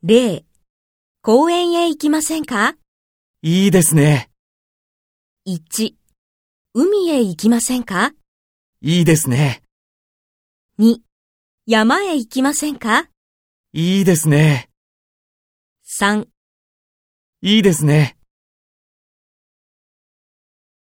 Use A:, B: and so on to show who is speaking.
A: 例、公園へ行きませんか
B: いいですね。
A: ?1、海へ行きませんか
B: いいですね。
A: ?2、山へ行きませんか
B: いいですね。
A: ?3、
B: いいですね。